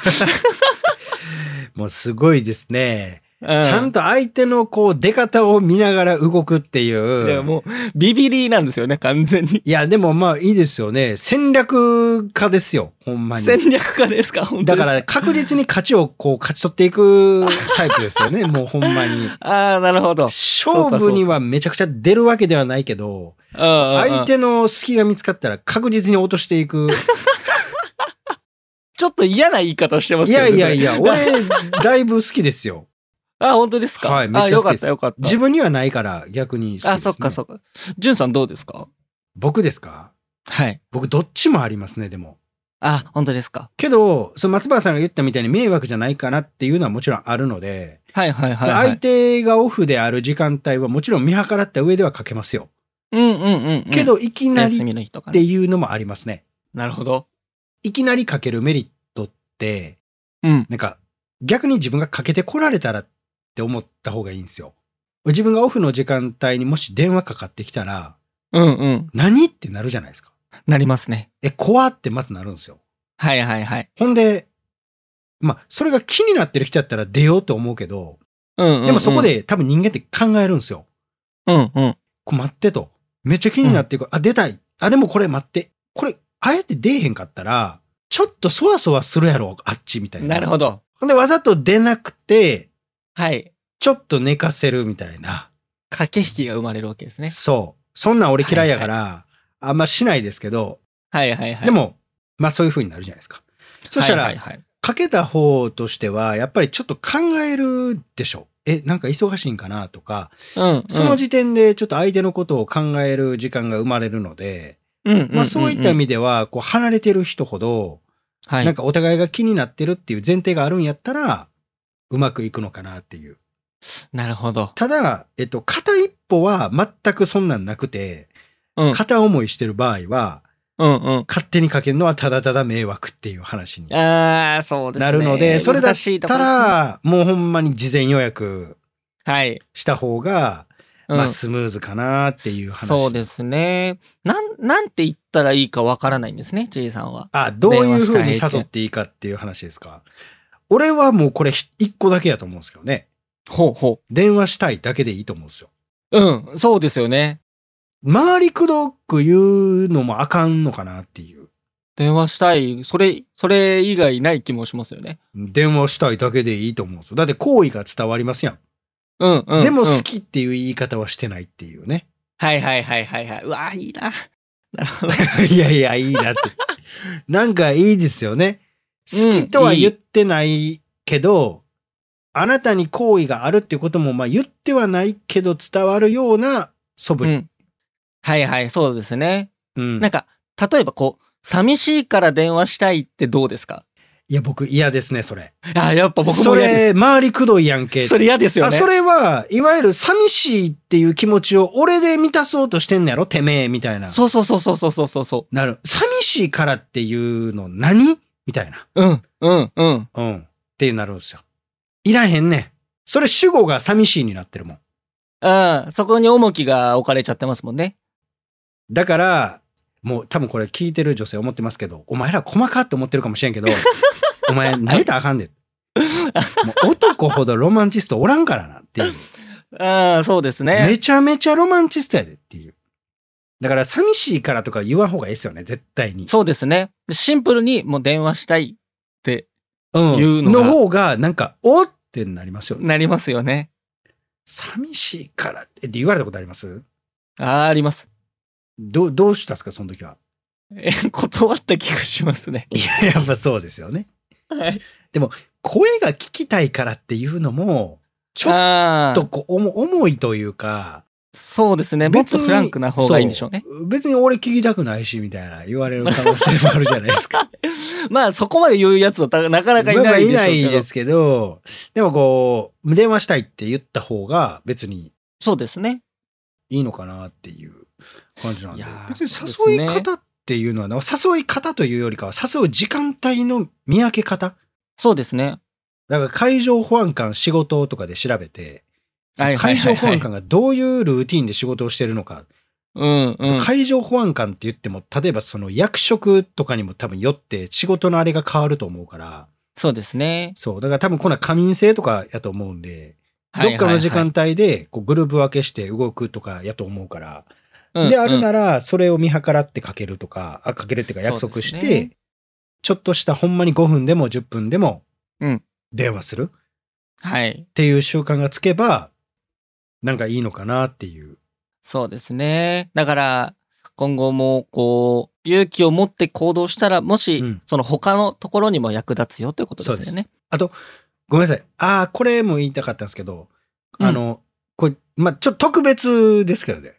[SPEAKER 1] う、もうすごいですね。
[SPEAKER 2] う
[SPEAKER 1] ちゃんと相手のこう出方を見ながら動くっていう。
[SPEAKER 2] いや、もう、ビビリなんですよね、完全に。
[SPEAKER 1] いや、でもまあいいですよね。戦略家ですよ、ほんまに。
[SPEAKER 2] 戦略家ですか、本
[SPEAKER 1] だ
[SPEAKER 2] 当です
[SPEAKER 1] から確実に勝ちをこう勝ち取っていくタイプです よね、もうほんまに。
[SPEAKER 2] ああ、なるほど。
[SPEAKER 1] 勝負にはめちゃくちゃ出るわけではないけど、相
[SPEAKER 2] 相
[SPEAKER 1] 手の隙が見つかったら確実に落としていく。
[SPEAKER 2] ちょっと嫌な言い方してま
[SPEAKER 1] い
[SPEAKER 2] すよ
[SPEAKER 1] や
[SPEAKER 2] ね。
[SPEAKER 1] いやいや、
[SPEAKER 2] それ。
[SPEAKER 1] 俺、だいぶ好きです よ。
[SPEAKER 2] あ、本当ですか。
[SPEAKER 1] はいめっちゃ好きです
[SPEAKER 2] あよかった、
[SPEAKER 1] 自
[SPEAKER 2] よかっ
[SPEAKER 1] 分にはないから逆に好きです、
[SPEAKER 2] た。あ、そっかそ
[SPEAKER 1] っか。
[SPEAKER 2] っか。じゅんさんどうですか
[SPEAKER 1] 僕ですか
[SPEAKER 2] はい。
[SPEAKER 1] 僕どっちもありますね、でも。
[SPEAKER 2] あ、本当ですか。
[SPEAKER 1] けど、その松原さんが言ったみたいに迷惑じゃないかなっていうのはもちろんあるので、
[SPEAKER 2] はいはいはい、は
[SPEAKER 1] 相
[SPEAKER 2] い。
[SPEAKER 1] 手がオフである時間帯はもちろん見計らった上ではかけますよ。
[SPEAKER 2] うんうんうん、うん。
[SPEAKER 1] け、ど、いきなり
[SPEAKER 2] 休
[SPEAKER 1] っ
[SPEAKER 2] みの日とか
[SPEAKER 1] て
[SPEAKER 2] ね。
[SPEAKER 1] いうのもありますね。
[SPEAKER 2] なるほど。
[SPEAKER 1] いきなりかけるメリットって、
[SPEAKER 2] うん。
[SPEAKER 1] なんか逆に自分がかけてこられたらって思った方がいいんですよ。自分がオフの時間帯にもし電話かかってきたら、
[SPEAKER 2] うんうん。
[SPEAKER 1] 何ってなるじゃないですか。
[SPEAKER 2] なりますね。
[SPEAKER 1] え、怖ってまずなるんですよ。
[SPEAKER 2] はいはいはい。
[SPEAKER 1] ほんで、まあ、それが気になってる人やったら出ようと思うけど、
[SPEAKER 2] うんうん、うん。
[SPEAKER 1] でもそこ、で多分人間って考えるんですよ。
[SPEAKER 2] うんうん。
[SPEAKER 1] こう待ってと。めっちゃ気になってるから、あ、出たい。あ、でもこれ待って。これ、あえて出えへんかったら、ちょっとそわそわするやろ、あっちみたいな。
[SPEAKER 2] なるほど。
[SPEAKER 1] ほんで、わざと出なくて、
[SPEAKER 2] はい。
[SPEAKER 1] ちょっと寝かせるみたいな。
[SPEAKER 2] 駆け引きが生まれるわけですね。
[SPEAKER 1] そう。そんなん俺嫌いやから、あんましないですけど、
[SPEAKER 2] はいはいはい。
[SPEAKER 1] で、も、まあそういう風になるじゃないですか。そしたら、
[SPEAKER 2] はいはいはい、
[SPEAKER 1] かけた方としては、やっぱりちょっと考えるでしょ。え、なんか忙しいんかなとか、
[SPEAKER 2] うん、うん。
[SPEAKER 1] その時点でちょっと相手のことを考える時間が生まれるので、
[SPEAKER 2] うんうん
[SPEAKER 1] まあそういった意味では、こう離れてる人ほど、
[SPEAKER 2] はい、
[SPEAKER 1] なんかお互いが気になってるっていう前提があるんやったら、うまくいくのかなっていう。
[SPEAKER 2] なるほど。
[SPEAKER 1] ただ、えっと、片一歩は全くそんなんなくて、
[SPEAKER 2] うん。
[SPEAKER 1] 片思いしてる場合は、
[SPEAKER 2] うんうん。
[SPEAKER 1] 勝手にかけるのはただただ迷惑っていう話に
[SPEAKER 2] ああ、そうですね。
[SPEAKER 1] なるので、それだっ
[SPEAKER 2] 難しいとこ
[SPEAKER 1] た
[SPEAKER 2] ろですね、
[SPEAKER 1] ら、もうほんまに事前予約
[SPEAKER 2] はい。
[SPEAKER 1] した方が、
[SPEAKER 2] うん
[SPEAKER 1] まあスムーズかなっていう話。
[SPEAKER 2] そうですね。なん、なんて言ったらいいかわからないんですね、ジェイさんは。
[SPEAKER 1] あ、どういうふうに
[SPEAKER 2] 電話したい
[SPEAKER 1] 誘っていいかっていう話ですか。俺はもうこれ一個だけやと思うんですけどね。
[SPEAKER 2] ほうほ
[SPEAKER 1] 電話したいだけでいいと思うんですよ。
[SPEAKER 2] う。うん、そうですよね。
[SPEAKER 1] 周りくどく言うのもあかんのかなっていう。
[SPEAKER 2] 電話したい。それ、それ以外ない気もしますよね。
[SPEAKER 1] 電話したいだけでいいと思うんですよ。だって好意が伝わりますやん。
[SPEAKER 2] うん、うん。
[SPEAKER 1] でも
[SPEAKER 2] うん
[SPEAKER 1] 好きっていう言い方はしてないっていうね。
[SPEAKER 2] はいはいはいはいはい。うわーいいな。なるほど。
[SPEAKER 1] いやいや、いいなって。 なんかいいですよね。好きとは言ってないけど、あなたに好意があるっていうことも、まあ言ってはないけど伝わるような素振
[SPEAKER 2] う
[SPEAKER 1] り。
[SPEAKER 2] ん。はいはい、そうですね。
[SPEAKER 1] うん
[SPEAKER 2] なんか、例えばこう、寂しいから電話したいってどうですか
[SPEAKER 1] いや、僕嫌ですね、それ。
[SPEAKER 2] あーやっぱ僕
[SPEAKER 1] そ
[SPEAKER 2] も嫌で
[SPEAKER 1] れ、周りくどいやんけってい
[SPEAKER 2] す。
[SPEAKER 1] う
[SPEAKER 2] それ嫌ですよ
[SPEAKER 1] あ
[SPEAKER 2] ね。
[SPEAKER 1] それはいわゆる寂しいっていう気持ちを俺で満たそうとしてんのやろてめえみたいな。
[SPEAKER 2] そうそうそうそうそうそうそうそう。
[SPEAKER 1] なる。寂しいからっていうの何みたいな。
[SPEAKER 2] うん、うん、うん。
[SPEAKER 1] うん。っていうなるんですよ。いらへんねん。それ主語が寂しいになってるもん。
[SPEAKER 2] ああ、そこに重きが置かれちゃってますもんね。
[SPEAKER 1] だから、もう多分これ聞いてる女性思ってますけど、お前ら細かって思ってるかもしれん けど、お前舐めたらあかんで。もう男ほどロマンチストおらんからなっていう。
[SPEAKER 2] ああ、そうですね。
[SPEAKER 1] めちゃめちゃロマンチストやでっていう。だから寂しいからとか言わん方がいいですよね、絶対に。
[SPEAKER 2] そうですね。シンプルにもう電話したいって
[SPEAKER 1] うん、
[SPEAKER 2] いうのが
[SPEAKER 1] 方がなんか「おっ!」てなりますよね。
[SPEAKER 2] なりますよね。
[SPEAKER 1] 寂しいからってって言われたことあります
[SPEAKER 2] ああ、あります。
[SPEAKER 1] どうどうしたんですかその時 は。
[SPEAKER 2] え、断った気がしますね。
[SPEAKER 1] いややっぱそうですよね。
[SPEAKER 2] はい。
[SPEAKER 1] 声が聞きたいからっていうのもちょっ
[SPEAKER 2] あ
[SPEAKER 1] と
[SPEAKER 2] あ、
[SPEAKER 1] こう重重いというか
[SPEAKER 2] そうですね。もっ
[SPEAKER 1] 別
[SPEAKER 2] と
[SPEAKER 1] に
[SPEAKER 2] フランクな方がいいんでしょうね。
[SPEAKER 1] そう別に俺聞きたくないしみたいな言われる可能性もあるじゃないですか。
[SPEAKER 2] まあ、そこまで言うやつはたなかなかい
[SPEAKER 1] まあ
[SPEAKER 2] ないでしょうけど。
[SPEAKER 1] いないですけどでもこう電話したいって言った方が別に
[SPEAKER 2] そうですね。
[SPEAKER 1] いいのかなっていう感じなんで
[SPEAKER 2] いやー
[SPEAKER 1] 別に誘い
[SPEAKER 2] そうです
[SPEAKER 1] 方っっていうのは、誘い方というよりかは、誘う時間帯の見分け方。
[SPEAKER 2] そうですね。
[SPEAKER 1] だから海上保安官仕事とかで調べて、
[SPEAKER 2] はいは
[SPEAKER 1] 海
[SPEAKER 2] いは
[SPEAKER 1] 上
[SPEAKER 2] いはい
[SPEAKER 1] 保安官がどういうルーティンで仕事をしてるのか。
[SPEAKER 2] うんうん。
[SPEAKER 1] 海上保安官って言っても、例えばその役職とかにも多分よって仕事のあれが変わると思うから、
[SPEAKER 2] そうですね。
[SPEAKER 1] そう。だから多分こんな過眠性とかやと思うんで、どっか
[SPEAKER 2] はいはいは
[SPEAKER 1] の
[SPEAKER 2] い
[SPEAKER 1] 時間帯でこうグループ分けして動くとかやと思うから、
[SPEAKER 2] うん
[SPEAKER 1] である
[SPEAKER 2] うん
[SPEAKER 1] なら、それを見計らってかけるとか、あかけるっていうか約
[SPEAKER 2] そう
[SPEAKER 1] 束
[SPEAKER 2] です
[SPEAKER 1] し
[SPEAKER 2] ね
[SPEAKER 1] て、ちょっとしたほんまに5分でも10分でも
[SPEAKER 2] うん、
[SPEAKER 1] 電話するっ
[SPEAKER 2] はい。
[SPEAKER 1] ていう習慣がつけば、なんかいいのかなっていう。
[SPEAKER 2] そうですね。だから、今後も、こう、勇気を持って行動したら、もし、
[SPEAKER 1] うん
[SPEAKER 2] その他のところにも役立つよということですよね。
[SPEAKER 1] ごめんなさい。ああ、これも言いたかったんですけど、
[SPEAKER 2] うん
[SPEAKER 1] あの、これ、まあ、ちょっと特別ですけどね。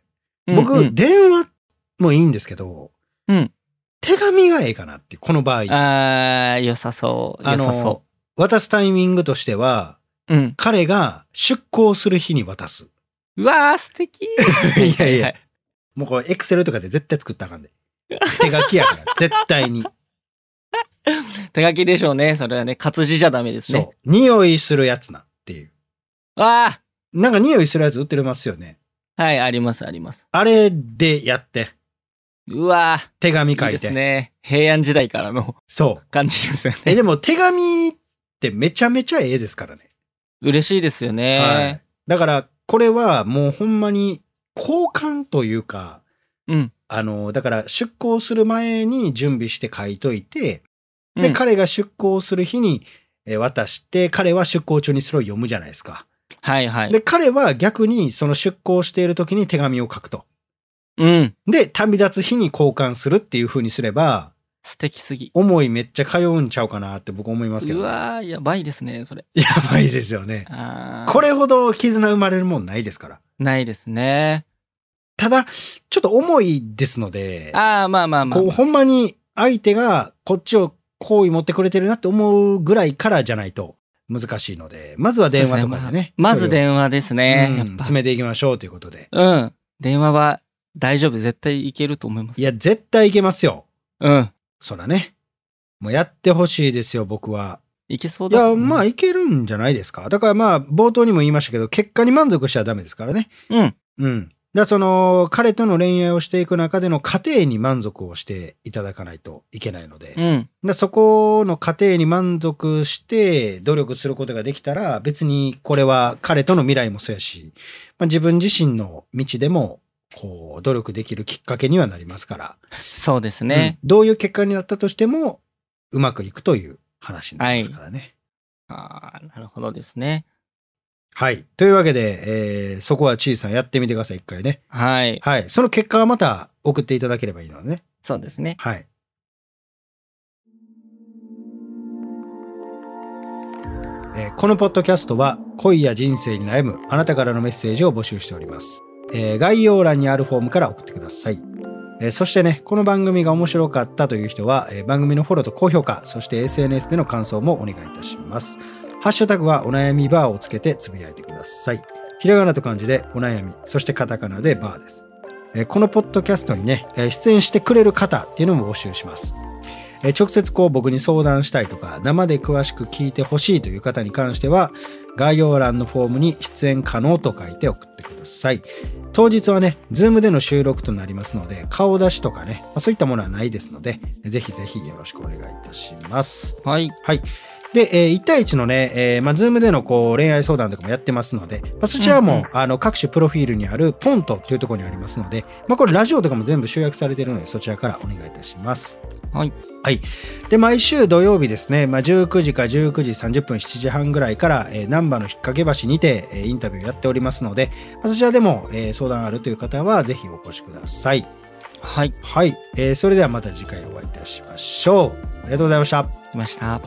[SPEAKER 1] 僕、
[SPEAKER 2] うんうん
[SPEAKER 1] 電話もいいんですけど、
[SPEAKER 2] うん
[SPEAKER 1] 手紙がええかなっていう、この場合。
[SPEAKER 2] あー良さそう。
[SPEAKER 1] あ
[SPEAKER 2] 良さそ
[SPEAKER 1] の、渡すタイミングとしては、
[SPEAKER 2] う。うん。
[SPEAKER 1] 彼が出向する日に渡 す。
[SPEAKER 2] うわー、素敵
[SPEAKER 1] いやいや
[SPEAKER 2] は
[SPEAKER 1] もうこれ、エクセルとかで絶対作ったらあかんで。手書きや から、絶対に。
[SPEAKER 2] 手書きでしょうね。それはね、活字じゃダメです
[SPEAKER 1] そう。
[SPEAKER 2] ね。
[SPEAKER 1] 匂いするやつなっていう。
[SPEAKER 2] あ
[SPEAKER 1] なんか匂いするやつ売ってますよね。
[SPEAKER 2] ーはい、あります、あります。
[SPEAKER 1] あれでやって、
[SPEAKER 2] うわー、
[SPEAKER 1] 手紙書
[SPEAKER 2] いい
[SPEAKER 1] い
[SPEAKER 2] で
[SPEAKER 1] て。
[SPEAKER 2] すね。平安時代からの
[SPEAKER 1] そう。
[SPEAKER 2] 感じですよ
[SPEAKER 1] え、
[SPEAKER 2] ね。
[SPEAKER 1] でも手紙ってめちゃめちゃええですからね。
[SPEAKER 2] 嬉しいですよね。
[SPEAKER 1] はい。だから、これはもうほんまに交換というか、
[SPEAKER 2] うん。
[SPEAKER 1] あの、だから出航する前に準備して書いといて、で、
[SPEAKER 2] うん
[SPEAKER 1] 彼が出航する日にえー渡して、彼は出航中にそれを読むじゃないですか。
[SPEAKER 2] はいはい。
[SPEAKER 1] で、彼は逆にその出航している時に手紙を書くと。
[SPEAKER 2] うん。
[SPEAKER 1] で、旅立つ日に交換するっていう風にすれば、
[SPEAKER 2] 素敵すぎ。
[SPEAKER 1] 思いめっちゃ通うんちゃうかなって僕思いますけ
[SPEAKER 2] う
[SPEAKER 1] ど。や
[SPEAKER 2] わー、やばいですね、それ。
[SPEAKER 1] ばいですよね。
[SPEAKER 2] あー
[SPEAKER 1] これほど絆生まれるもんないですから。
[SPEAKER 2] ないですね。
[SPEAKER 1] ただ、ちょっと重いですので、
[SPEAKER 2] ああ、まあまあまあ
[SPEAKER 1] こう、
[SPEAKER 2] まあ。
[SPEAKER 1] ほんまに相手がこっちを好意持ってくれてるなって思うぐらいからじゃないと難しいので、まずは電話とか
[SPEAKER 2] そう
[SPEAKER 1] で
[SPEAKER 2] です
[SPEAKER 1] ね。
[SPEAKER 2] まあまず電話です
[SPEAKER 1] 話
[SPEAKER 2] ね。やっぱ。
[SPEAKER 1] 詰めていきましょうということで。
[SPEAKER 2] うん。電話は大丈夫。絶対いけると思います。
[SPEAKER 1] いや、絶対いけますよ。
[SPEAKER 2] うん。
[SPEAKER 1] そらね。もうやってほしいですよ、僕は。
[SPEAKER 2] いけそう
[SPEAKER 1] い
[SPEAKER 2] だ。
[SPEAKER 1] や、まあ、いけるんじゃないですか。だからまあ、冒頭にも言いましたけど、結果に満足しちゃダメですからね。
[SPEAKER 2] うん。
[SPEAKER 1] うん。だからその、彼との恋愛をしていく中での過程に満足をしていただかないといけないので、だ
[SPEAKER 2] う
[SPEAKER 1] か
[SPEAKER 2] ん。
[SPEAKER 1] らそこの過程に満足して努力することができたら、別にこれは彼との未来もそうやし、まあ、自分自身の道でも、こう、努力できるきっかけにはなりますから、
[SPEAKER 2] そうですね。
[SPEAKER 1] うんどういう結果になったとしても、うまくいくという話になりますからね。
[SPEAKER 2] ああ、なるほどですね。
[SPEAKER 1] はい。というわけで、えーそこは小さんやってみてください、一回ね。
[SPEAKER 2] はい。
[SPEAKER 1] はい。その結果はまた送っていただければいいのでね。
[SPEAKER 2] そうですね。
[SPEAKER 1] はい。えーこのポッドキャストは恋や人生に悩むあなたからのメッセージを募集しております。えー概要欄にあるフォームから送ってください。えーそしてね、この番組が面白かったという人は、えー番組のフォローと高評価、そして SNS での感想もお願いいたします。ハッシュタグはお悩みバーをつけてつぶやいてください。ひらがなと漢字でお悩み、そしてカタカナでバーです。えーこのポッドキャストにね、えー出演してくれる方っていうのも募集します。えー直接こう僕に相談したいとか、生で詳しく聞いてほしいという方に関しては、概要欄のフォームに出演可能と書いて送ってください。当日はね、ズームでの収録となりますので、顔出しとかね、まあそういったものはないですので、ぜひぜひよろしくお願いいたします。
[SPEAKER 2] はい。
[SPEAKER 1] はい。で、えー1対1のね、えーまあ、ズームでのこう恋愛相談とかもやってますので、まあ、そちらも、
[SPEAKER 2] うんうん
[SPEAKER 1] あの各種プロフィールにあるトントっていうところにありますので、まあ、これラジオとかも全部集約されているので、そちらからお願いいたします。
[SPEAKER 2] はい。
[SPEAKER 1] はい。で、毎週土曜日ですね、まあ、19時か19時30分、7時半ぐらいから、えー、難波の引っ掛け橋にて、えーインタビューやっておりますので、まあ、そちらでも、えー相談あるという方は、ぜひお越しください。
[SPEAKER 2] はい。
[SPEAKER 1] はい、えーそれではまた次回お会いいたしましょう。ありがとうございました。
[SPEAKER 2] 来ました。